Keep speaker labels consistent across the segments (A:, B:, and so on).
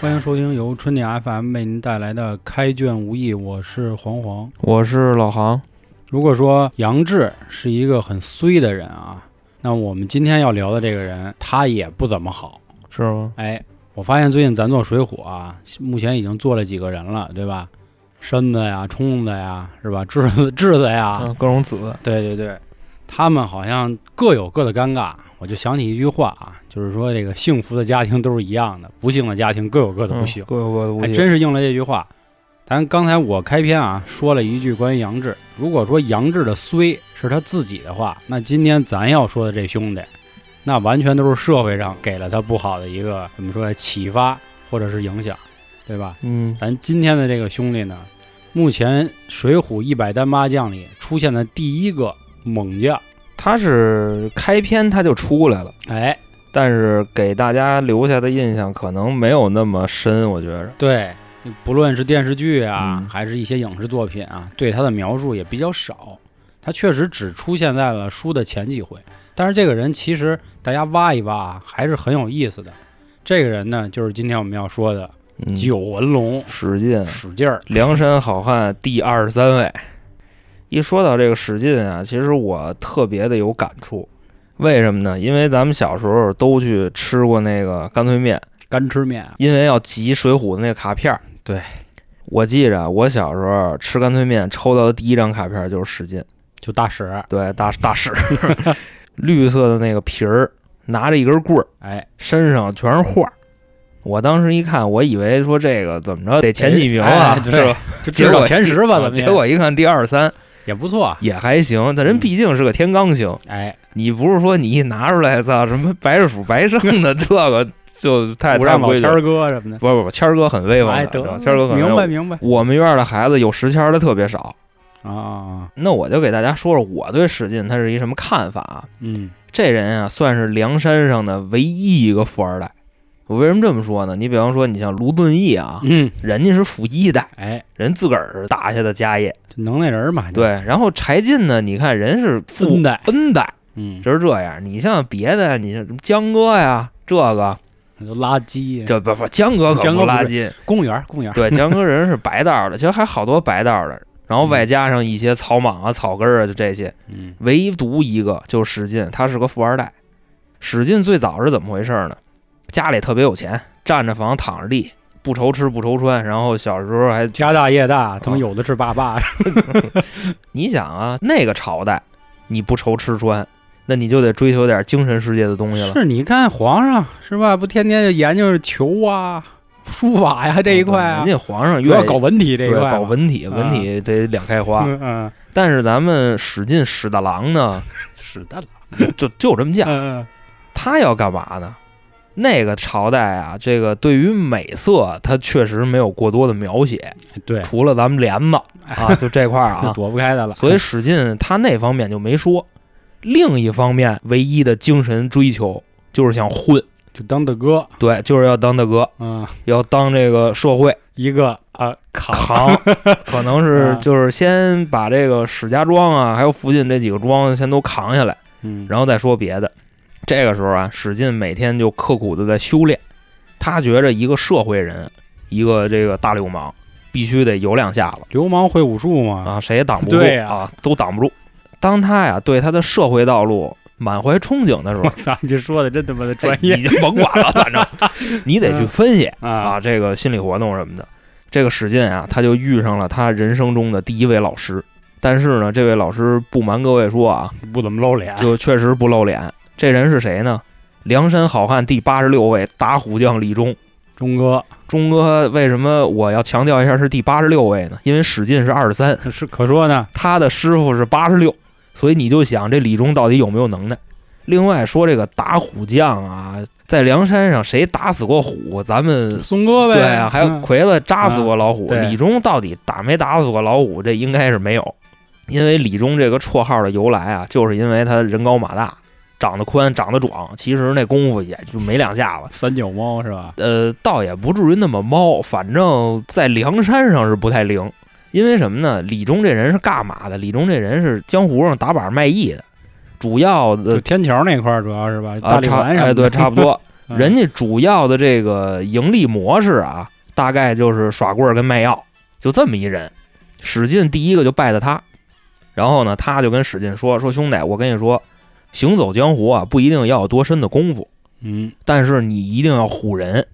A: 欢迎收听由春点 FM 为您带来的《开卷无益》，我是黄黄。
B: 我是老航，
A: 如果说杨志是一个很衰的人啊，那我们今天要聊的这个人，他也不怎么好。
B: 是吗？
A: 哎，我发现最近咱做水浒啊，目前已经做了几个人了，对吧？身子呀，冲子呀，是吧？智子智子呀，
B: 嗯，各种子，
A: 对对对，他们好像各有各的尴尬。我就想起一句话啊，就是说这个幸福的家庭都是一样的，不幸的家庭各有各的不
B: 嗯
A: 幸。
B: 各有各的不
A: 还
B: 幸，
A: 真是应了这句话。咱刚才我开篇啊说了一句关于杨志，如果说杨志的衰是他自己的话，那今天咱要说的这兄弟，那完全都是社会上给了他不好的一个怎么说呢启发或者是影响，对吧？
B: 嗯，
A: 咱今天的这个兄弟呢，目前《水浒一百单八将》里出现的第一个猛将，
B: 他是开篇他就出来了，
A: 哎，
B: 但是给大家留下的印象可能没有那么深，我觉着，
A: 对，不论是电视剧啊，
B: 嗯
A: 还是一些影视作品啊，对他的描述也比较少。他确实只出现在了书的前几回，但是这个人其实大家挖一挖啊，还是很有意思的。这个人呢，就是今天我们要说的
B: 嗯，
A: 九纹龙
B: 史进，
A: 史进儿。
B: 梁山好汉第二十三位。一说到这个史进啊，其实我特别的有感触，为什么呢？因为咱们小时候都去吃过那个干脆面。
A: 干吃面啊，
B: 因为要集《水浒》的那个卡片儿。
A: 对，
B: 我记着我小时候吃干脆面抽到的第一张卡片儿就是史进，
A: 就大使，
B: 对，大 大使，绿色的那个皮儿，拿着一根棍儿，
A: 哎，
B: 身上全是画儿。我当时一看，我以为说这个怎么着得前几名啊，
A: 哎哎
B: 是
A: 对
B: 吧？
A: 就
B: 结
A: 至
B: 果啊
A: 少前十吧，怎么也
B: 结果一看第二十三
A: 也不错啊。
B: 也还行，但人毕竟是个天罡星，
A: 哎，
B: 你不是说你一拿出来操什么白鼠白胜的这个就太
A: 不
B: 太
A: 让老
B: 规矩
A: 谦
B: 了。
A: 儿哥什么的，
B: 不不不，谦儿哥很威风的，
A: 哎，
B: 知
A: 得
B: 道吧谦儿哥很威
A: 明白
B: 风。
A: 明白
B: 我们院儿的孩子有识谦儿的特别少，
A: 啊啊，啊
B: 那我就给大家说说我对史进他是一什么看法啊？
A: 嗯，
B: 这人啊，算是梁山上的唯一一个富二代。我为什么这么说呢？你比方说，你像卢俊义啊，
A: 嗯，
B: 人家是富一代，
A: 哎，
B: 人自个儿打下的家业。
A: 就能耐人儿嘛，，
B: 对，然后柴进呢，你看人是富
A: 恩代
B: 恩代，
A: 嗯，
B: 就是这样。你像别的，你像什么江哥呀，这个
A: 那就垃圾，
B: 这不不，江哥可
A: 江哥
B: 不
A: 不
B: 拉
A: 是
B: 筋，
A: 公务员儿，公务员儿，
B: 对，江哥人是白道儿的，其实还好多白道儿的，然后外加上一些草莽啊、草根儿啊，就这些。
A: 嗯
B: 唯独一个就是史进，他是个富二代。史进最早是怎么回事呢？家里特别有钱，占着房躺着地，不愁吃不愁穿。然后小时候还，
A: 家大业大，
B: 哦
A: 他们有的是爸 爸。
B: 你想啊，那个朝代，你不愁吃穿，那你就得追求点精神世界的东西了。
A: 是，你看皇上是吧？不天天就研究球啊、书法 呀这一块啊
B: 哦人，家皇上
A: 主
B: 愿
A: 要
B: 意
A: 搞文体这一
B: 对
A: 块嘛，
B: 搞文体，文
A: 啊
B: 体得两开花。
A: 嗯嗯，
B: 但是咱们史进史大郎呢，
A: 是的了，
B: 就就这 么犟。
A: 嗯
B: 他要干嘛呢？那个朝代啊，这个对于美色，它确实没有过多的描写，
A: 嗯，对，
B: 除了咱们帘子
A: 哎
B: 啊，就这块儿
A: 是
B: 哎啊。
A: 躲不开的了。
B: 所以史进他那方面就没说。另一方面，唯一的精神追求就是想混，
A: 就当的哥，
B: 对，就是要当大哥，
A: 嗯，
B: 要当这个社会
A: 一个啊扛，
B: 扛，可能是
A: 啊
B: 就是先把这个史家庄啊，还有附近这几个庄先都扛下来。
A: 嗯，
B: 然后再说别的。这个时候啊，史进每天就刻苦的在修炼，他觉着一个社会人，一个这个大流氓，必须得有两下子
A: 流氓会武术嘛，
B: 啊，谁也挡不住
A: 对呀
B: 啊，都挡不住。当他呀对他的社会道路满怀憧憬的 时
A: 我
B: 候，
A: 操，你这说的真他妈的专
B: 哎
A: 业
B: 你就甭管了，反正 你得去分析
A: 啊
B: 啊，这个心理活动什么的。这个史进啊，他就遇上了他人生中的第一位老师，但是呢，这位老师不瞒各位说啊，
A: 不怎么露脸，
B: 就确实不露脸。这人是谁呢？梁山好汉第八十六位打虎将李忠。
A: 钟哥
B: 忠哥，为什么我要强调一下是第八十六位呢？因为史进是二十三，
A: 是可说呢，
B: 他的师傅是八十六，所以你就想这李忠到底有没有能耐？另外说这个打虎将啊，在梁山上谁打死过虎？咱们
A: 松哥呗，
B: 对啊，还有
A: 嗯
B: 魁子扎死过老虎，
A: 对
B: 李忠到底打没打死过老虎？这应该是没有，因为李忠这个绰号的由来啊，就是因为他人高马大，长得宽，长得壮，其实那功夫也就没两下子。
A: 三脚猫是吧？
B: 呃，倒也不至于那么猫，反正在梁山上是不太灵。因为什么呢？李忠这人是干嘛的？李忠这人是江湖上打板卖艺的，主要的
A: 就天桥那块儿主要是吧，
B: 啊，
A: 大力
B: 差
A: 丸什
B: 哎
A: 么的，
B: 对，差不多。
A: 嗯
B: 人家主要的这个盈利模式啊，大概就是耍棍儿跟卖药，就这么一人。史进第一个就拜的他，然后呢，他就跟史进说：“说兄弟，我跟你说，行走江湖啊，不一定要有多深的功夫，
A: 嗯，
B: 但是你一定要唬人，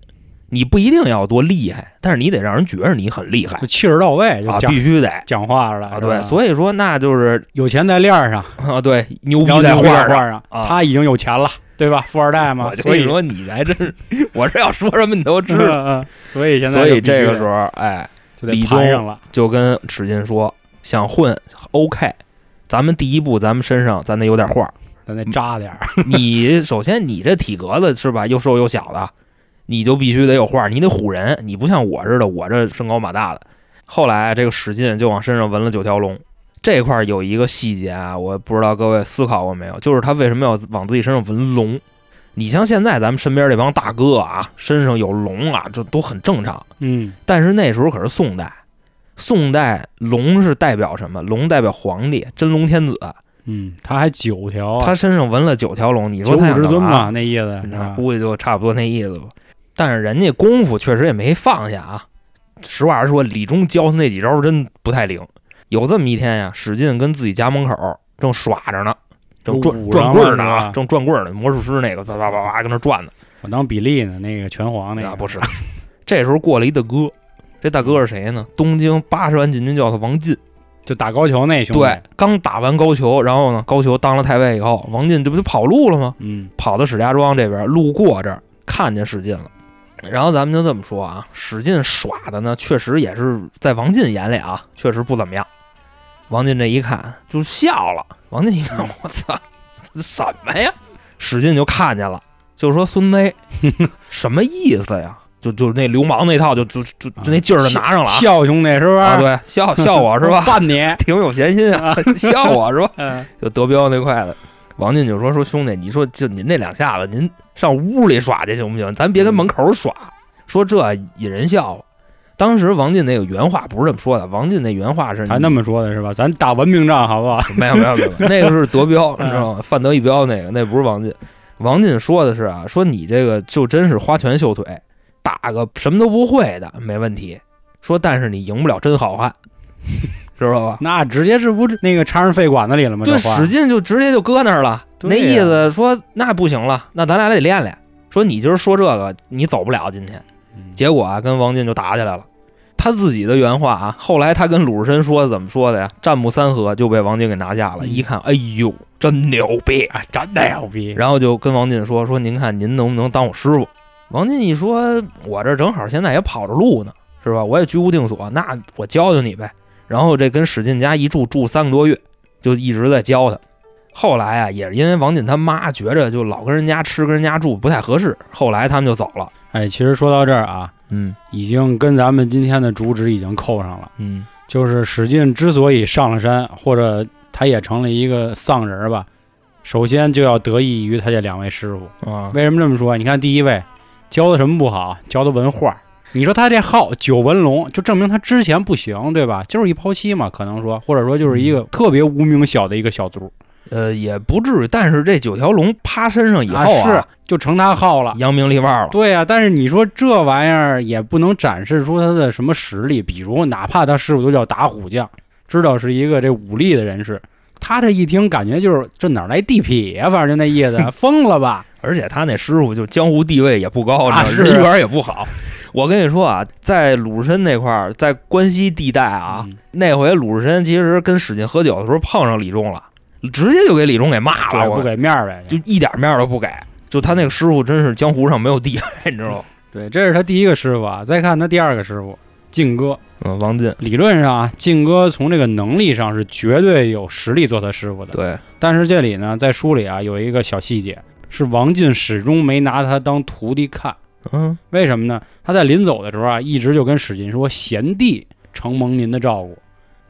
B: 你不一定要多厉害，但是你得让人觉着你很厉害
A: 就气儿到位，就
B: 啊，
A: 讲
B: 必须得
A: 讲话了
B: 啊，
A: 是
B: 对，
A: 吧
B: 所以说那就是
A: 有钱在链儿上，
B: 啊，对，牛
A: 然
B: 逼
A: 后
B: 在
A: 牛逼
B: 画
A: 在
B: 上。
A: 画上，
B: 啊
A: 他已经有钱了，对吧？富二代嘛
B: 我，就
A: 所
B: 跟你
A: 以
B: 说，你还真是，我这要说什么你都知道。
A: 嗯嗯所以 现在
B: 所以
A: 就必须
B: 这个
A: 得
B: 时候，哎，
A: 就得
B: 李
A: 盘
B: 宗
A: 上了，
B: 就跟史进说，想混 OK，咱们第一步，咱们身上咱得有点画儿。
A: 咱得扎点儿，
B: 你首先你这体格子是吧，又瘦又小的，你就必须得有画儿，你得唬人，你不像我似的，我这身高马大的。后来这个史进就往身上纹了九条龙。这块儿有一个细节啊，我不知道各位思考过没有，就是他为什么要往自己身上纹龙？你像现在咱们身边这帮大哥啊，身上有龙啊，这都很正常。
A: 嗯，
B: 但是那时候可是宋代，宋代龙是代表什么？龙代表皇帝，真龙天子，
A: 嗯，他还九条啊，
B: 他身上纹了九条龙。你
A: 九
B: 说他
A: 五
B: 想
A: 之尊
B: 干嘛
A: 嘛，？那意思是
B: 那
A: 吧？
B: 估计就差不多那意思吧。但是人家功夫确实也没放下啊。实话实说，李忠教他那几招真不太灵。有这么一天呀，史进跟自己家门口正耍着呢，正
A: 有
B: 转
A: 武上
B: 转棍儿呢
A: 了是
B: 啊
A: 吧，
B: 正转棍儿呢，魔术师那个叭叭叭叭跟那转呢。
A: 我当比利呢，那个拳皇那
B: 啊
A: 个
B: 不是，这时候过来一大哥，这大哥是谁呢？东京八十万禁军教头王进。
A: 就打高球那兄弟，
B: 对，刚打完高俅，然后呢，高俅当了太尉以后，王进这不就跑路了吗？
A: 嗯
B: 跑到史家庄这边，路过这儿看见史进了。然后咱们就这么说啊，史进耍的呢，确实也是在王进眼里啊，确实不怎么样。王进这一看就笑了，王进一看，我操，这什么呀？史进就看见了，就说孙威什么意思呀？就就那流氓那套，就就就就那劲儿就拿上了啊！
A: 笑兄弟是
B: 啊，
A: 吧？
B: 对，笑笑 我是吧？
A: 办你，
B: 挺有闲心 啊，笑我是吧？
A: 嗯，
B: 就德彪那块的。王进就说：“说兄弟，你说就您这两下子，您上屋里耍去行不行？咱别跟门口耍。说这引人笑话。当时王进那个原话不是这么说的，王进那原话是：
A: 他那么说的是吧？咱打文明仗好不好？
B: 没有没有没有，那个是 德彪，
A: 嗯
B: 你知道吗？范德一彪那个，那不是王进。王进说的是啊，说你这个就真是花拳绣腿，打个什么都不会的没问题。说但是你赢不了真好汉， 知道吧？
A: 那直接是不是那个插上肺管子里了吗？
B: 对，
A: 这话
B: 使劲就直接就搁那儿了。
A: 对
B: 那
A: 呀
B: 意思说那不行了，那咱俩得练练。说你今儿说这个，你走不了今天。
A: 嗯
B: 结果啊，跟王进就打起来了。他自己的原话啊，后来他跟鲁智深说的怎么说的呀？战不三合就被王进给拿下了。
A: 嗯
B: 一看，哎呦，真牛逼！
A: 哎，真的牛逼，
B: 然后就跟王进说说，您看您能不能当我师傅？王进一说，我这正好现在也跑着路呢，是吧？我也居无定所，那我教教你呗。然后这跟史进家一住住三个多月，就一直在教他。后来啊，也是因为王进他妈觉着就老跟人家吃跟人家住不太合适，后来他们就走了。
A: 哎，其实说到这儿啊，
B: 嗯
A: 已经跟咱们今天的主旨已经扣上了。
B: 嗯，
A: 就是史进之所以上了山，或者他也成了一个丧人儿吧，首先就要得益于他这两位师傅。
B: 啊，
A: 为什么这么说？你看第一位教的什么不好？教的文化。你说他这号九纹龙，就证明他之前不行，对吧？就是一抛妻嘛，可能说，或者说就是
B: 嗯
A: 一个特别无名小的一个小卒
B: 呃，也不至于。但是这九条龙趴身上以后
A: 是
B: 啊，
A: 就成他号了。
B: 扬名立万了。
A: 对啊，但是你说这玩意儿也不能展示出他的什么实力，比如哪怕他师傅都叫打虎将，知道是一个这武力的人士，他这一听感觉就是这哪儿来地痞呀、反正就那意 思，疯了吧？
B: 而且他那师傅就江湖地位也不高，
A: 啊
B: 你
A: 是
B: 知道人缘也不好。我跟你说啊，在鲁智深那块儿，在关西地带啊，
A: 嗯
B: 那回鲁智深其实跟史进喝酒的时候碰上李忠了，直接就给李忠给骂
A: 对
B: 了，
A: 不
B: 我
A: 给面儿呗，
B: 就一点面儿都不给。就他那个师傅真是江湖上没有地位，你 知道吗？
A: 对，这是他第一个师傅啊。再看他第二个师傅靖哥，
B: 嗯，王进，
A: 理论上啊，靖哥从这个能力上是绝对有实力做他师傅的，
B: 对，
A: 但是这里呢，在书里啊有一个小细节，是王进始终没拿他当徒弟看。
B: 嗯，
A: 为什么呢？他在临走的时候啊，一直就跟史进说：“贤弟，承蒙您的照顾。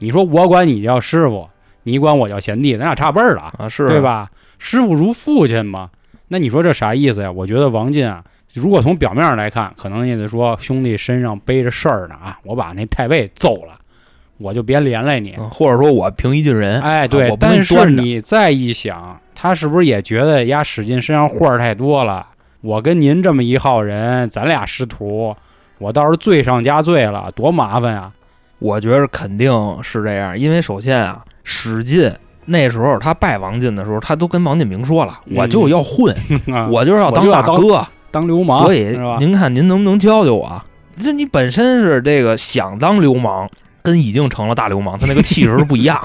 A: 你说我管你叫师傅，你管我叫贤弟，咱俩差辈儿了，
B: 啊是，
A: 对？吧？师傅如父亲嘛。那你说这啥意思呀？我觉得王进啊，如果从表面上来看，可能也得说兄弟身上背着事儿呢啊，我把那太尉揍了，我就别连累你。
B: 嗯或者说我平易近人，
A: 哎，对
B: 啊我，不能
A: 但是
B: 端着
A: 你再一想，他是不是也觉得呀，史进身上货儿太多了？我跟您这么一号人，咱俩师徒，我到时候罪上加罪了，多麻烦 呀！
B: 我觉着肯定是这样，因为首先啊，史进那时候他拜王进的时候，他都跟王进明说了，
A: 嗯
B: 我就是要混，
A: 啊
B: 我就是要
A: 我就要
B: 大哥，
A: 当流氓，
B: 所以
A: 是吧？
B: 您看您能不能教教我啊？这你本身是这个想当流氓，跟已经成了大流氓，他那个气势是不 一样，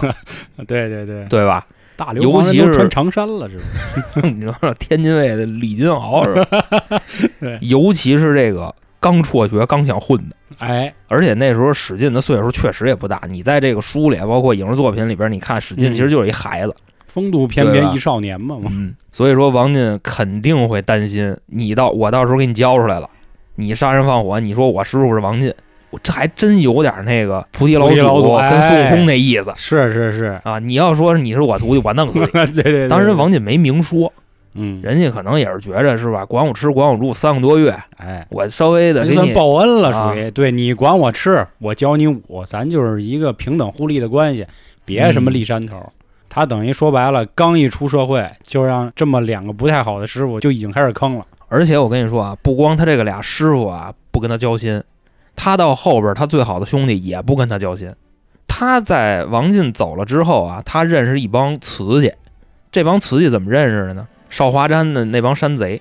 A: 对对对，
B: 对吧？
A: 大流氓
B: 尤
A: 人
B: 其
A: 都
B: 是
A: 穿长衫了，这是
B: 你说天津卫的李金鳌是吧
A: 对？
B: 尤其是这个刚辍学、刚想混的，
A: 哎，
B: 而且那时候史进的岁数确实也不大。你在这个书里，包括影视作品里边，你看史进
A: 嗯
B: 其实就是一孩子，
A: 风度翩
B: 对
A: 翩
B: 吧
A: 一少年 嘛嘛，
B: 嗯，所以说王进肯定会担心你到我到时候给你教出来了，你杀人放火，你说我师傅是王进，我这还真有点那个菩提老
A: 菩提老祖
B: 祖跟孙
A: 哎
B: 悟空那意思
A: 是是是，
B: 啊。你要说是你是我徒弟，我弄死你。
A: 对对对，
B: 当时王进没明说，
A: 嗯，
B: 人家可能也是觉着是吧，管我吃管我住三个多月，
A: 哎，
B: 我稍微的
A: 这
B: 给
A: 算
B: 你啊
A: 报恩了，属于对你管我吃，我教你武，咱就是一个平等互利的关系，别
B: 嗯
A: 什么立山头。他等于说白了，刚一出社会就让这么两个不太好的师傅就已经开始坑了。
B: 而且我跟你说啊，不光他这个俩师傅啊不跟他交心，他到后边他最好的兄弟也不跟他交心。他在王进走了之后啊，他认识一帮瓷器，这帮瓷器怎么认识的呢？少华山的那帮山贼，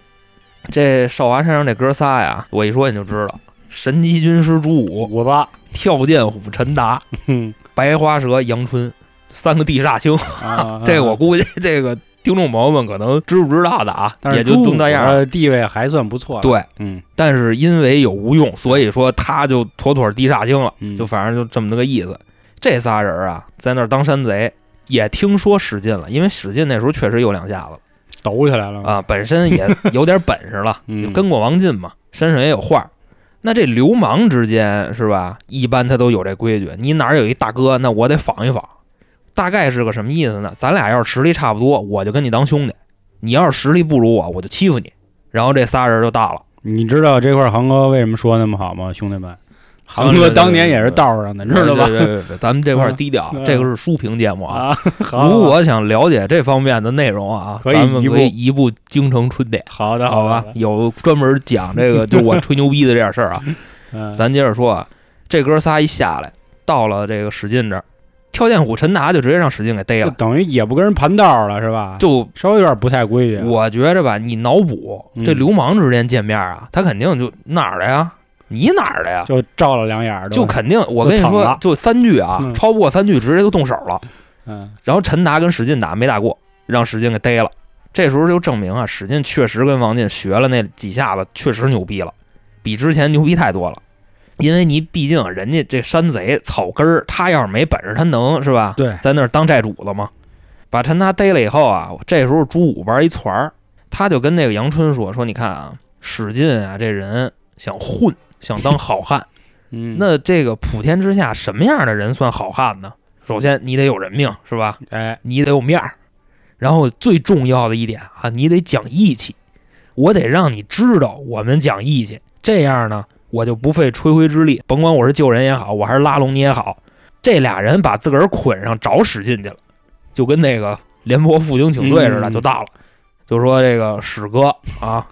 B: 这少华山上这哥仨呀，我一说你就知道，神机军师朱武、
A: 五八，
B: 跳涧虎陈达、
A: 哼
B: 白花蛇杨春三个地煞星。
A: 啊
B: 这我估计这个听众朋友们可能知不知道的啊，
A: 但是
B: 也就
A: 朱
B: 就那样
A: 武
B: 了。
A: 的地位还算不错。，
B: 对，
A: 嗯
B: 但是因为有吴用，所以说他就妥妥地煞星了，
A: 嗯，
B: 就反正就这么个意思。这仨人啊，在那儿当山贼，也听说史进了，因为史进那时候确实有两下子
A: 抖起来了嘛。
B: 啊，本身 也有点本事了，
A: 嗯
B: 就跟过王进嘛，身上也有话儿。那这流氓之间是吧？一般他都有这规矩，你哪儿有一大哥，那我得仿一仿。大概是个什么意思呢？咱俩要是实力差不多，我就跟你当兄弟；你要是实力不如我，我就欺负你。然后这仨人就大了。
A: 你知道这块儿航哥为什么说那么好吗，兄弟们？航
B: 啊对
A: 哥
B: 对对
A: 当年也是道上的，知道吧？
B: 对对对对对咱们这块儿
A: 嗯
B: 低调，
A: 嗯
B: 这个是书评节目啊。
A: 啊，好，
B: 如果想了解这方面的内容啊，
A: 可以
B: 咱们
A: 移步
B: 可以移步京城春点，
A: 好的，
B: 好
A: 吧
B: 吧？， 有专门讲这个，就是我吹牛逼的这点 事儿啊。
A: 嗯，
B: 咱接着说啊，这哥仨一下来，到了这个史进这儿，跳涧虎陈达就直接让史进给逮
A: 就
B: 了。
A: 等于也不跟人盘道了，是吧？
B: 就
A: 稍微有点不太规矩。
B: 我觉着吧，你脑补
A: 嗯
B: 这流氓之间见面啊，他肯定就哪儿的呀？你哪儿的呀？
A: 就照了两眼儿，
B: 就
A: 看，
B: 肯定，我跟你
A: 就惨
B: 说
A: 了，
B: 就三句啊，
A: 嗯
B: 超不过三句直接就动手了。
A: 嗯，
B: 然后陈达跟史进打没打过，让史进给逮了。这时候就证明啊，史进确实跟王进学了那几下子，确实牛逼了，比之前牛逼太多了。因为你毕竟啊人家这山贼草根儿，他要是没本事，他能是吧？
A: 对，
B: 在那儿当债主了吗？把陈达逮了以后啊，这时候朱武玩一团儿，他就跟那个杨春说：“说你看啊，史进啊这人想混，想当好汉，
A: 嗯，
B: 那这个普天之下什么样的人算好汉呢？首先你得有人命是吧？
A: 哎，
B: 你得有面儿，然后最重要的一点啊，你得讲义气，我得让你知道我们讲义气，这样呢，我就不费吹灰之力，甭管我是救人也好，我还是拉拢你也好，这俩人把自个儿捆上找史进去了，就跟那个廉颇负荆请罪似的，
A: 嗯
B: 就到了，就说这个史哥 啊，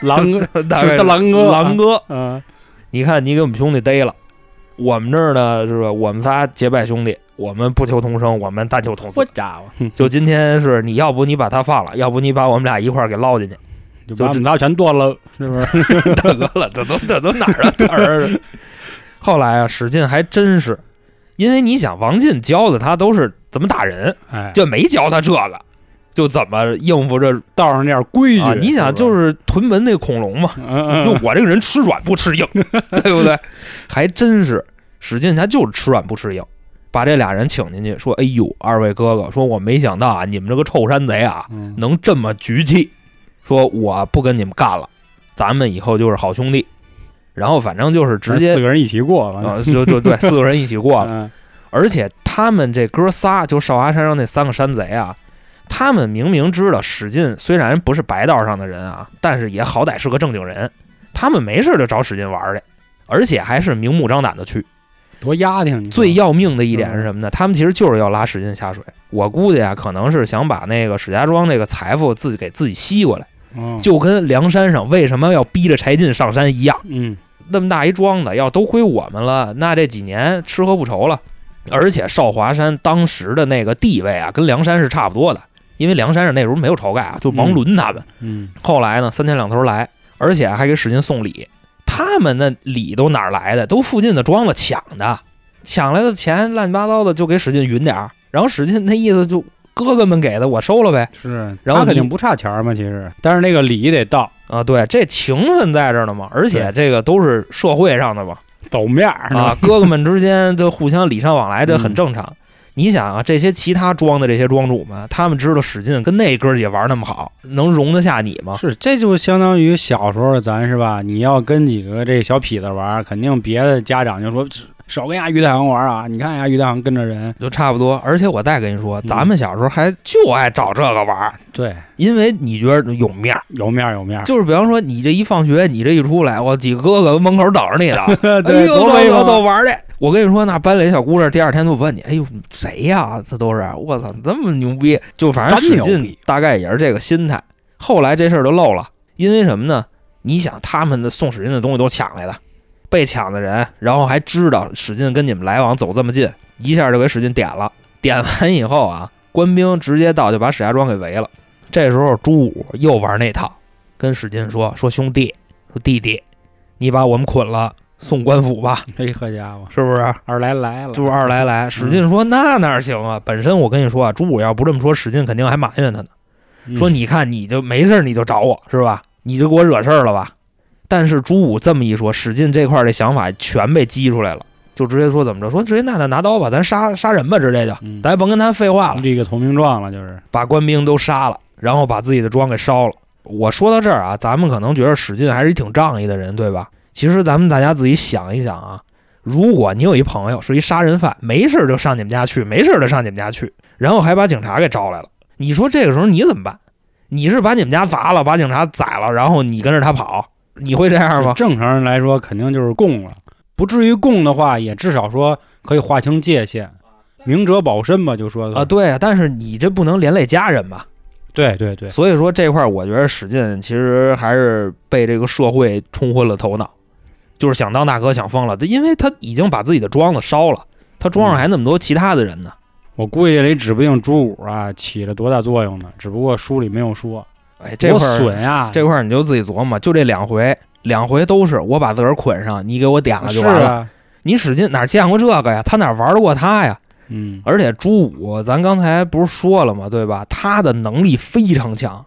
A: 狼哥，
B: 大概
A: 的狼哥
B: 狼哥，
A: 嗯，
B: 你看你给我们兄弟逮了，我们这儿呢是吧？我们仨结拜兄弟，我们不求同生，我们但求同死。
A: 家伙，
B: 就今天是你要不你把他放了，要不你把我们俩一块儿给捞进去。
A: 就把我们仨全剁了，是不是？
B: 大哥了，这都这都哪儿啊？哪儿啊？ 后来啊，史进还真是，因为你想，王进教的他都是怎么打人，
A: 哎，
B: 这没教他这个，就怎么应付这
A: 道上那点规矩
B: 啊？，你想，就是是屯门那恐龙嘛，
A: 吧， 嗯
B: 就
A: 嗯，
B: 我这个人吃软不 吃硬，对不对？还真是，史进他就是吃软不吃硬，把这俩人请进去，说：“哎呦，二位哥哥，说我没想到啊，你们这个臭山贼啊，
A: 嗯
B: 能这么局气，说我不跟你们干了，咱们以后就是好兄弟。”然后反正就是直接
A: 四个人一起过，完了，
B: 啊，就就对，四个人一起过了。
A: 嗯
B: 而且他们这哥仨，就少华山上那三个山贼啊，他们明明知道史进虽然不是白道上的人啊，但是也好歹是个正经人，他们没事就找史进玩儿去，而且还是明目张胆的去。
A: 多压挺，你说
B: 最要命的一点是什么呢？他们其实就是要拉史进下水。我估计啊，可能是想把那个史家庄这个财富自己给自己吸过来，
A: 嗯
B: 就跟梁山上为什么要逼着柴进上山一样。
A: 嗯
B: 那么大一庄子，要都归我们了，那这几年吃喝不愁了。而且少华山当时的那个地位啊，跟梁山是差不多的，因为梁山上那时候没有晁盖啊，就王伦他们。
A: 嗯
B: 后来呢，三天两头来，而且还给史进送礼。他们那礼都哪儿来的？都附近的庄子抢的，抢来的钱乱七八糟的就给史进匀点儿。然后史进那意思就哥哥们给的，我收了呗。
A: 是，
B: 然后
A: 他肯
B: 你
A: 定不差钱儿嘛，其实，但是那个礼得到，
B: 啊，对，这情分在这儿呢嘛，而且这个都是社会上的嘛，
A: 走面儿
B: 啊，，哥哥们之间就互相礼尚往来，这很
A: 嗯
B: 正常。你想啊，这些其他庄的这些庄主们，他们知道史进跟那哥儿姐玩那么好，能容得下你吗？
A: 是，这就相当于小时候咱是吧？你要跟几个这小痞子玩儿，肯定别的家长就说少跟人家于大航玩儿啊！你看人家于大航跟着人，
B: 就差不多。而且我再跟你说，
A: 嗯
B: 咱们小时候还就爱找这个玩儿，
A: 对，
B: 因为你觉得有面儿。
A: 有面儿有面儿，
B: 就是比方说，你这一放学，你这一出来，我几个哥哥门口等着你呢。哎
A: 对，
B: 呦，
A: 多
B: 走
A: 威
B: 走走
A: 风！
B: 玩儿去！我跟你说，那班里小姑娘第二天就问你，哎呦，谁呀？这都是我操，这么牛逼！就反正
A: 真
B: 史
A: 牛
B: 进
A: 逼
B: 大概也是这个心态。后来这事儿就漏了，因为什么呢？你想，他们的送史进的东西都抢来了，被抢的人，然后还知道史进跟你们来往走这么近，一下就给史进点了。点完以后啊，官兵直接到就把史家庄给围了。这时候朱武又玩那套，跟史进说：“说兄弟，说弟弟，你把我们捆了，送官府吧。”
A: 嘿，哎好家伙，
B: 是不是？
A: 二来来了，
B: 朱二来来，史进
A: 嗯
B: 说那哪儿行啊？本身我跟你说啊，朱武要不这么说，史进肯定还埋怨他呢，
A: 嗯
B: 说你看你就没事儿你就找我是吧？你就给我惹事儿了吧？但是朱武这么一说，史进这块儿的想法全被激出来了，就直接说怎么着？说直接那那拿刀吧，咱杀杀人吧，直接就，
A: 嗯
B: 咱也甭跟他废话了，
A: 立个投名状了，就是，
B: 把官兵都杀了，然后把自己的庄给烧了。我说到这儿啊，咱们可能觉得史进还是一挺仗义的人，对吧？其实咱们大家自己想一想啊，如果你有一朋友是一杀人犯，没事儿就上你们家去，没事儿就上你们家去，然后还把警察给招来了，你说这个时候你怎么办？你是把你们家砸了，把警察宰了，然后你跟着他跑，你会这样
A: 就
B: 吗？
A: 正常人来说，肯定就是供了，不至于供的话，也至少说可以划清界限，明哲保身吧，就说的
B: 啊，对啊，但是你这不能连累家人吧？
A: 对对对，
B: 所以说这块儿，我觉得史进其实还是被这个社会冲昏了头脑，就是想当大哥想疯了，因为他已经把自己的庄子烧了，他庄上还那么多其他的人呢。
A: 我估计这里指不定朱武啊起了多大作用呢，只不过书里没有说，
B: 哎，这
A: 多
B: 块儿
A: 损啊呀，
B: 这块儿你就自己琢磨，就这两回，两回都是我把自个儿捆上，你给我点了就是完了。
A: 啊，
B: 你史进哪见过这个呀？他哪玩得过他呀？
A: 嗯，
B: 而且朱武，咱刚才不是说了吗？对吧？他的能力非常强，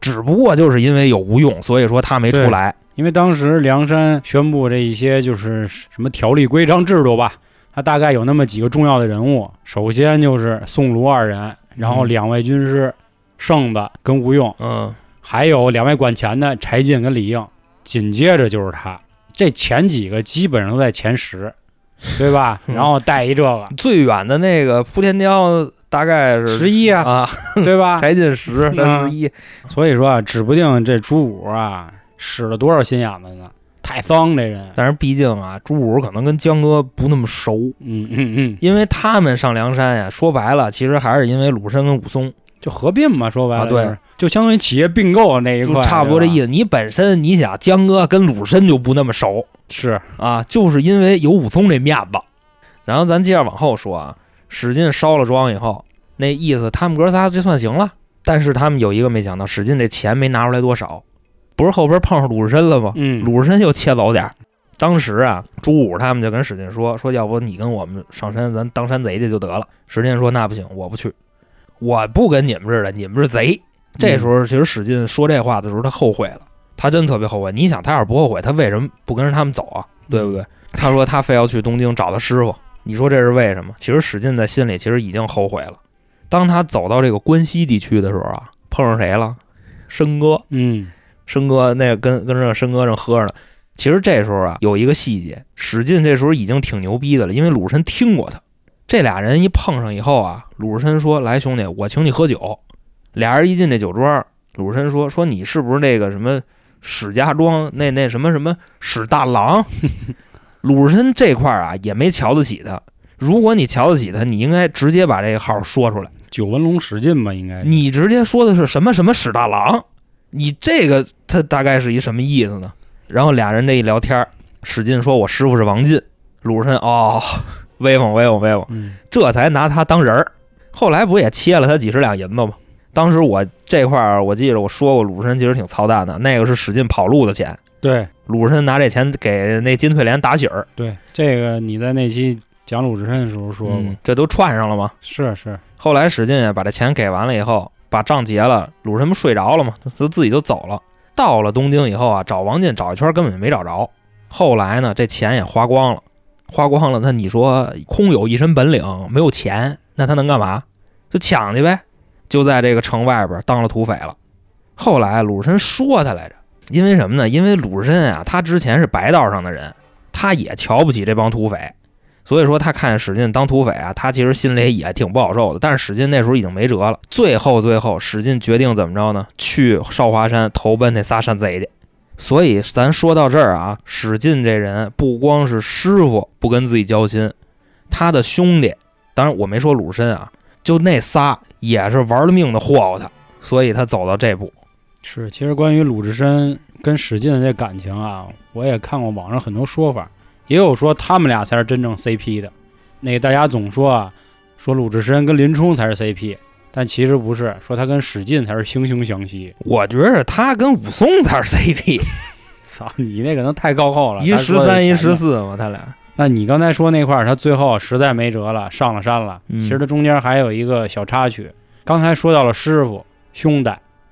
B: 只不过就是因为有吴用，所以说他没出
A: 对
B: 来。
A: 因为当时梁山宣布这一些就是什么条例规章制度吧，他大概有那么几个重要的人物，首先就是宋卢二人，然后
B: 嗯
A: 两位军师圣子跟吴用，
B: 嗯，
A: 还有两位管钱的柴进跟李应，紧接着就是他，这前几个基本上都在前十，对 吧？然后带一这个
B: 最远的那个扑天雕大概是
A: 十一啊，
B: 啊，
A: 对吧？
B: 柴进十，那
A: 嗯
B: 十一，
A: 所以说啊，指不定这朱武啊使了多少心眼子呢，太脏这人。
B: 但是毕竟啊，朱武可能跟江哥不那么熟，
A: 嗯嗯嗯，
B: 因为他们上梁山呀，说白了，其实还是因为鲁申跟武松，
A: 就合并嘛，说白了、
B: 啊对
A: 就是，就相当于企业并购那一块
B: 就
A: 儿，
B: 差不多这意
A: 思。
B: 思。你本身你想江哥跟鲁申就不那么熟
A: 是，
B: 啊，就是因为有武松这面子。然后咱接着往后说啊，史进烧了庄以后，那意思他们哥仨这算行了，但是他们有一个没想到，史进这钱没拿出来多少，不是后边碰上鲁申了吗？
A: 嗯，
B: 鲁智深又切走点儿。当时啊，朱武他们就跟史进说：“说要不你跟我们上山，咱当山贼去就得了。”史进说：“那不行，我不去，我不跟你们似的，你们是贼。”这时候，其实史进说这话的时候，他后悔了，他真特别后悔。你想，他要是不后悔，他为什么不跟着他们走啊？对不对？他说他非要去东京找他师傅，你说这是为什么？其实史进在心里其实已经后悔了。当他走到这个关西地区的时候啊，碰上谁了？申哥。
A: 嗯，
B: 申哥那跟跟着申哥正喝着呢。其实这时候啊，有一个细节，史进这时候已经挺牛逼的了，因为鲁智深听过他。这俩人一碰上以后啊，鲁智深说：“来，兄弟，我请你喝酒。”俩人一进这酒庄，鲁智深说：“说你是不是那个什么史家庄那那什么什么史大郎？” 鲁智深这块儿啊也没瞧得起他。如果你瞧得起他，你应该直接把这个号说出来。
A: 九纹龙史进吧，应该是
B: 你直接说的是什么什么史大郎，你这个他大概是一什么意思呢？然后俩人这一聊天儿，史进说：“我师傅是王进。”鲁智深哦，威风威风威风，
A: 嗯
B: 这才拿他当人儿。后来不也切了他几十两银子吗？当时我这块儿我记着我说过，鲁智深其实挺操蛋的，那个是史进跑路的钱，
A: 对
B: 鲁智深拿这钱给那金翠莲打喜儿，
A: 对，这个你在那期讲鲁智深的时候说过，
B: 嗯这都串上了吗？
A: 是是，
B: 后来史进也把这钱给完了以后，把账结了，鲁智深不睡着了吗？他自己就走了。到了东京以后啊，找王进找一圈根本没找着。后来呢，这钱也花光了，花光了，那你说空有一身本领没有钱，那他能干嘛？就抢去呗，就在这个城外边当了土匪了。后来鲁智深说他来着，因为什么呢？因为鲁智深啊，他之前是白道上的人，他也瞧不起这帮土匪，所以说他看史进当土匪啊，他其实心里也挺不好受的。但是史进那时候已经没辙了，最后最后，史进决定怎么着呢？去少华山投奔那仨山贼去。所以咱说到这儿啊，史进这人不光是师傅不跟自己交心，他的兄弟，当然我没说鲁深啊，就那仨也是玩了命的霍霍他，所以他走到这步。
A: 是，其实关于鲁智深跟史进的这感情啊，我也看过网上很多说法，也有说他们俩才是真正 CP 的。那个大家总说啊，说鲁智深跟林冲才是 CP，但其实不是，说他跟史进才是惺惺相惜。
B: 我觉着他跟武松才是 CP，
A: 操，你那可能太高傲了，
B: 一
A: 咱
B: 十
A: 说的
B: 三一
A: 前
B: 十
A: 面。
B: 四嘛，他俩。
A: 那你刚才说那块儿，他最后实在没辙了，上了山了。
B: 嗯
A: 其实他中间还有一个小插曲，刚才说到了师傅兄弟，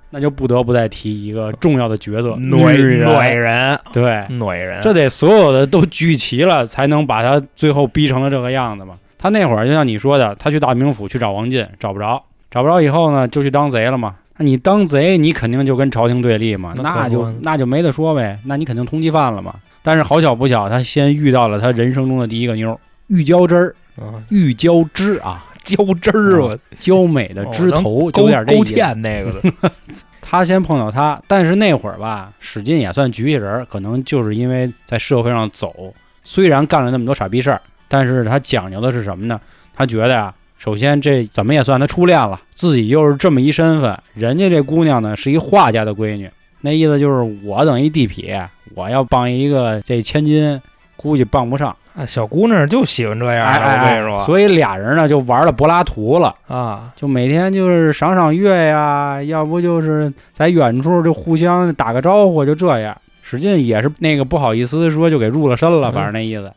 A: 那就不得不再提一个重要的角色——
B: 女
A: 人。
B: 人，
A: 对，
B: 女人，
A: 这得所有的都聚齐了，才能把他最后逼成了这个样子嘛。他那会儿就像你说的，他去大名府去找王进，找不着，找不着以后呢，就去当贼了嘛。那你当贼，你肯定就跟朝廷对立嘛，
B: 那可
A: 那
B: 不
A: 就那就没得说呗，那你肯定通缉犯了嘛。但是好巧不巧，他先遇到了他人生中的第一个妞儿，玉娇枝儿，
B: 啊
A: 玉娇枝啊，
B: 胶汁儿，我
A: 娇美的枝头，就
B: 哦勾
A: 有点这
B: 勾
A: 意思。
B: 芡那个的，
A: 他先碰到他，但是那会儿吧，史进也算局下人儿，可能就是因为在社会上走，虽然干了那么多傻逼事儿，但是他讲究的是什么呢？他觉得呀、啊首先这怎么也算他初恋了，自己又是这么一身份，人家这姑娘呢是一画家的闺女，那意思就是我等一地痞，我要傍一个这千金，估计傍不上。
B: 啊小姑娘就喜欢这样
A: 哎
B: 啊，我
A: 哎
B: 跟
A: 哎，
B: 你说
A: 所以俩人呢就玩了柏拉图了。
B: 啊，
A: 就每天就是赏赏月呀、要不就是在远处就互相打个招呼，就这样。史进也是那个不好意思说，就给入了身了，
B: 嗯
A: 反正那意思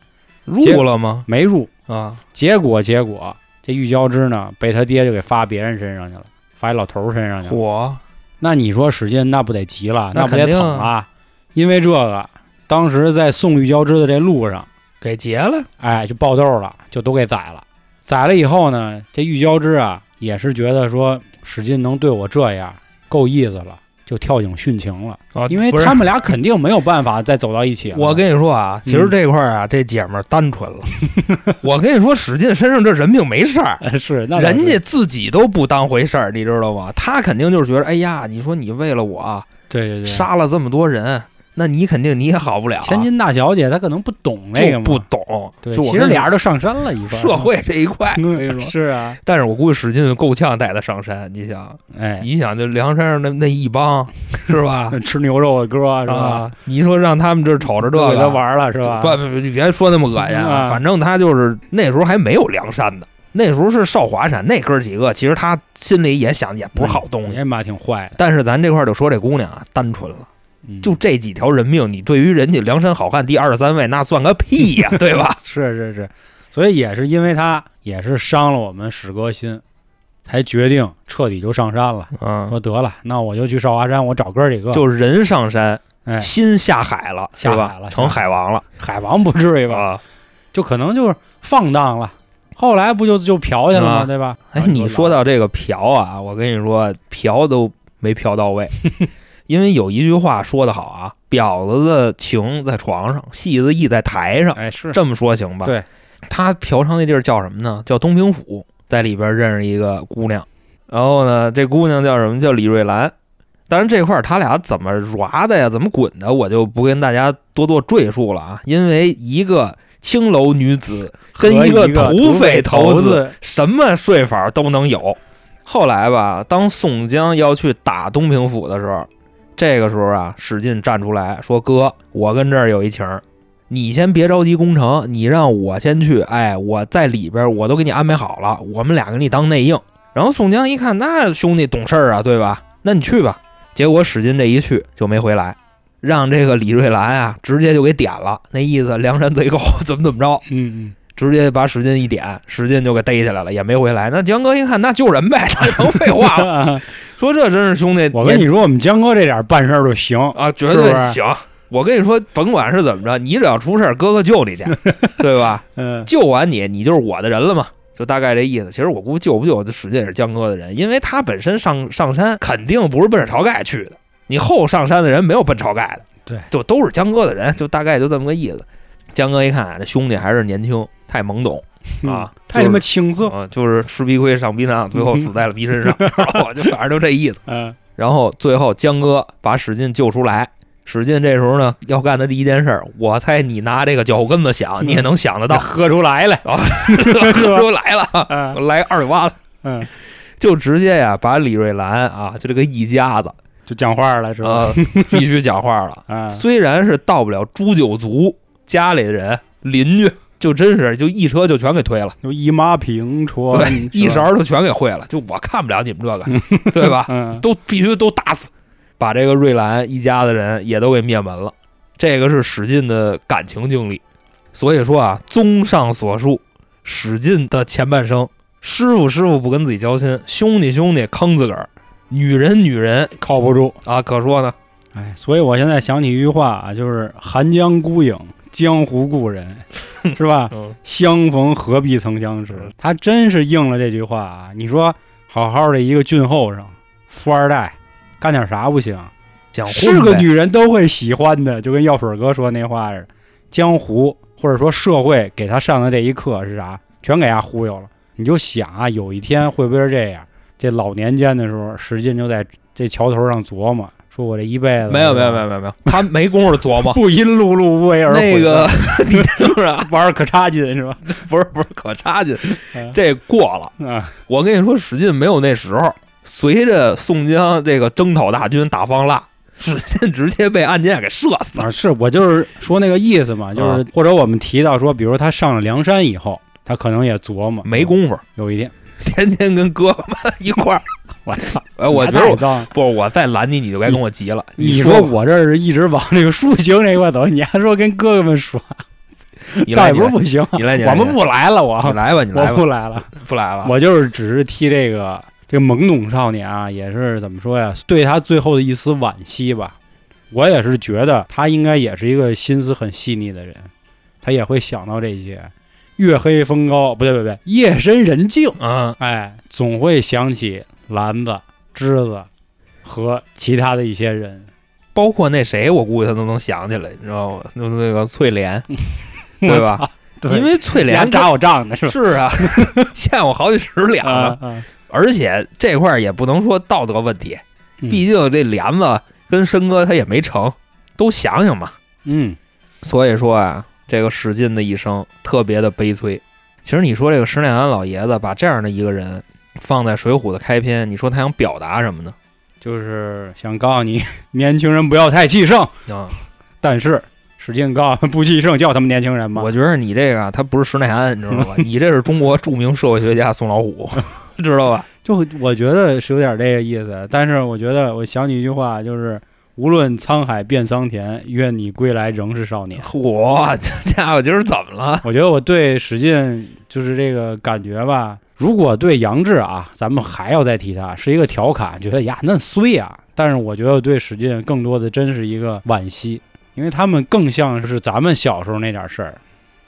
B: 入了吗？
A: 没入。
B: 啊，
A: 结果结果，这玉娇枝呢被他爹就给发别人身上去了，发一老头儿身上去了。
B: 火
A: 那你说史进那不得急了，
B: 那
A: 那不得
B: 肯定啊
A: 惨了？因为这个，当时在送玉娇枝的这路上，
B: 给结了，
A: 哎，就爆痘了，就都给宰了。宰了以后呢，这玉娇枝啊，也是觉得说史进能对我这样，够意思了，就跳井殉情了。
B: 啊
A: 因为
B: 不是
A: 他们俩肯定没有办法再走到一起了。
B: 我跟你说啊，其实
A: 嗯
B: 这块儿啊，这姐们儿单纯了。 我跟你说，史进身上这人命没事儿，
A: 是那倒是
B: 人家自己都不当回事儿，你知道吗？他肯定就是觉得，哎呀，你说你为了我啊
A: 对对对，
B: 杀了这么多人，那你肯定你也好不了啊，
A: 千金大小姐，她可能不懂那个
B: 就
A: 嘛
B: 不懂。
A: 对，
B: 就我
A: 其实
B: 跟你
A: 俩人都上山了，一块儿
B: 社会这一块，我跟你
A: 嗯
B: 说，
A: 是 啊，
B: 但是我估计史进够呛带他上山。你想，
A: 哎，
B: 你想，就梁山上那那 一帮是吧？
A: 吃牛肉的歌是吧？
B: 啊，你说让他们这瞅着这
A: 都给
B: 个
A: 他玩了是吧？
B: 不不不，你别说那么恶心
A: 嗯啊
B: 反正他就是那时候还没有梁山呢，那时候是少华山那哥儿几个，其实他心里也想也不是好东西。
A: 嗯也妈挺坏的，
B: 但是咱这块儿就说这姑娘啊，单纯了，
A: 嗯
B: 就这几条人命，你对于人家梁山好汉第二十三位那算个屁 呀、对吧？
A: 是是是，所以也是因为他也是伤了我们史哥心，才决定彻底就上山了。
B: 嗯，
A: 说得了，那我就去少华山，我找哥几个。
B: 就人上山，
A: 哎，
B: 心下海了，是
A: 下
B: 吧
A: 海了
B: 成
A: 下海
B: 海王了，啊
A: 海王不至于
B: 对
A: 吧？
B: 吧？
A: 就可能就是放荡了，后来不就就嫖去了吗？
B: 啊
A: 对吧？
B: 哎，你说到这个嫖啊，我跟你说，嫖都没嫖到位，因为有一句话说得好啊，婊子的情在床上，戏子意在台上，
A: 哎是
B: 这么说行吧？
A: 对，
B: 他嫖娼那地儿叫什么呢？叫东平府，在里边认识一个姑娘，然后呢，这姑娘叫什么？叫李瑞兰。当然这块儿他俩怎么耍的呀，怎么滚的，我就不跟大家多做赘述了啊，因为一个青楼女子跟
A: 和
B: 一
A: 一
B: 个土
A: 土
B: 匪头子
A: 子，
B: 什么睡法都能有。后来吧，当宋江要去打东平府的时候，这个时候啊，史进站出来说：“哥，我跟这儿有一情儿，你先别着急攻城，你让我先去。哎，我在里边儿我都给你安排好了，我们俩给你当内应。”然后宋江一看，那兄弟懂事儿啊，对吧？那你去吧。结果史进这一去就没回来，让这个李瑞兰啊直接就给点了，那意思梁山贼寇怎么怎么着。
A: 嗯
B: 直接把史进一点，史进就给逮起来了，也没回来。那江哥一看，那救人呗，那成废话 了。
A: 嗯，
B: 说这真是兄弟，
A: 我跟
B: 也
A: 你说，我们江哥这点办事儿就行。
B: 啊，绝
A: 是不
B: 对
A: 是
B: 行。我跟你说，甭管是怎么着，你只要出事儿，哥哥 救你去，对吧？
A: 嗯
B: 救完你，你就是我的人了嘛，就大概这意思。其实我估计救不救，这史进也是江哥的人，因为他本身上上山肯定不是奔着晁盖去的，你后上山的人没有奔晁盖的，
A: 对，
B: 就都是江哥的人，就大概就这么个意思。江哥一看这兄弟还是年轻，太懵懂，啊
A: 嗯太他
B: 就是
A: 妈青涩。
B: 啊，就是吃逼亏上逼当，最后死在了逼身上，我就反正就这意思。
A: 嗯
B: 然后最后江哥把史进救出来，史进这时候呢要干的第一件事儿，我猜你拿这个脚后跟子想，你也能想得 到，
A: 喝出来了。
B: 都来了，
A: 嗯
B: 来二瓜了，
A: 嗯，
B: 就直接呀把李瑞兰啊，就这个一家子
A: 就讲话了是吧？
B: 啊，必须讲话 了。
A: 啊，
B: 虽然是到不了诛九族，家里的人邻居就真是就一车就全给推了。
A: 就一马平川
B: 对，，一
A: 是吧。
B: 勺就全给会了，就我看不了你们这个，对吧？
A: 嗯
B: 都必须都打死，把这个瑞兰一家的人也都给灭门了。这个是史进的感情经历，所以说啊，综上所述，史进的前半生，师傅师傅不跟自己交心，兄弟兄弟坑自个儿，女人女人
A: 靠不住。
B: 啊，可说呢，
A: 哎，所以我现在想起一句话啊，就是“寒江孤影，江湖故人”， 是吧？
B: 嗯，
A: 相逢何必曾相识
B: 嗯，
A: 他真是应了这句话啊！你说，好好的一个郡后生，富二代，干点啥不行？
B: 讲混
A: 是个
B: 呗
A: 女人都会喜欢的，就跟药水哥说那话似的。江湖或者说社会给他上的这一课是啥？全给他忽悠了。你就想啊，有一天会不会是这样？这老年间的时候，史进就在这桥头上琢磨，说我这一辈子
B: 没有没有没有没有没有，他没工夫琢磨。
A: 不因碌碌无为而
B: 那
A: 悔
B: 个，你 听着啊，
A: 玩可差劲是吧？
B: 不是不是可差劲
A: 嗯，
B: 这过 了。
A: 啊，
B: 我跟你说，史进没有那时候。随着宋江这个征讨大军打方腊，史进直接被暗箭给射死了。
A: 啊，是我就是说那个意思嘛，就是或者我们提到说，比如他上了梁山以后，他可能也琢磨，
B: 没工夫，
A: 有一天，
B: 天天跟哥哥们一块儿。
A: 我操，
B: 哎，我觉得
A: 太
B: 我
A: 脏了。
B: 不是我再拦你，你就该跟我急了。
A: 你
B: 说
A: 说我这是一直往这个抒情这块走，你还说跟哥哥们说，
B: 你
A: 倒
B: 来
A: 也
B: 你
A: 不是
B: 来
A: 不行，
B: 你来你来，
A: 我们不来了，我
B: 你来吧你啊来
A: 我
B: 吧
A: 不来了，
B: 不来了。
A: 我就是只是替这个这个懵懂少年啊，也是怎么说呀，对他最后的一丝惋惜吧。我也是觉得他应该也是一个心思很细腻的人，他也会想到这些。月黑风高，不对不对，夜深人静，
B: 嗯，
A: 哎，总会想起篮子、枝子和其他的一些人。
B: 包括那谁，我估计他都能想起来，你知道吗？那那个翠莲，
A: 我
B: 对吧
A: 操？嗯对
B: 因为 翠莲
A: 连打我仗的是吧？
B: 是啊， 欠我好几十两呢。
A: 啊啊，
B: 而且这块儿也不能说道德问题，
A: 嗯
B: 毕竟这帘子跟申哥他也没成，都想想嘛。
A: 嗯，
B: 所以说啊，这个史进的一生特别的悲催。其实你说这个施耐庵老爷子把这样的一个人放在《水浒》的开篇，你说他想表达什么呢？
A: 就是想告诉你， 年轻人不要太气盛，
B: 啊，
A: 但是使劲告诉不气盛，叫他们年轻人吗？
B: 我觉得你这个啊他不是施耐庵，你知道吧？你这是中国著名社会学家宋老虎， 知道吧？
A: 就我觉得是有点这个意思，但是我觉得我想起一句话，就是无论沧海变桑田，愿你归来仍是少年。
B: 我这家伙今儿怎么了？
A: 我觉得我对史进就是这个感觉吧。如果对杨志啊，咱们还要再提他，是一个调侃，觉得呀那衰啊。但是我觉得对史进更多的真是一个惋惜，因为他们更像是咱们小时候那点事儿，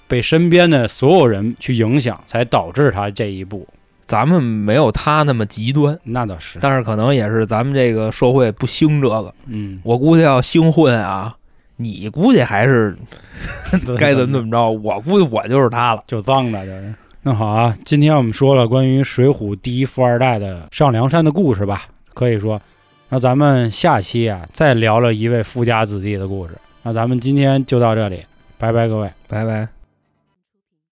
A: 被身边的所有人去影响，才导致他这一步。
B: 咱们没有他那么极端，
A: 那倒是，
B: 但是可能也是咱们这个社会不兴这个。
A: 嗯，
B: 我估计要兴混啊，你估计还是 该怎么怎么着，我估计我就是他了。
A: 就脏了，就是。那好啊，今天我们说了关于《水浒》第一富二代的上梁山的故事吧，可以说，那咱们下期啊再聊了一位富家子弟的故事。那咱们今天就到这里，拜拜各位。
B: 拜拜。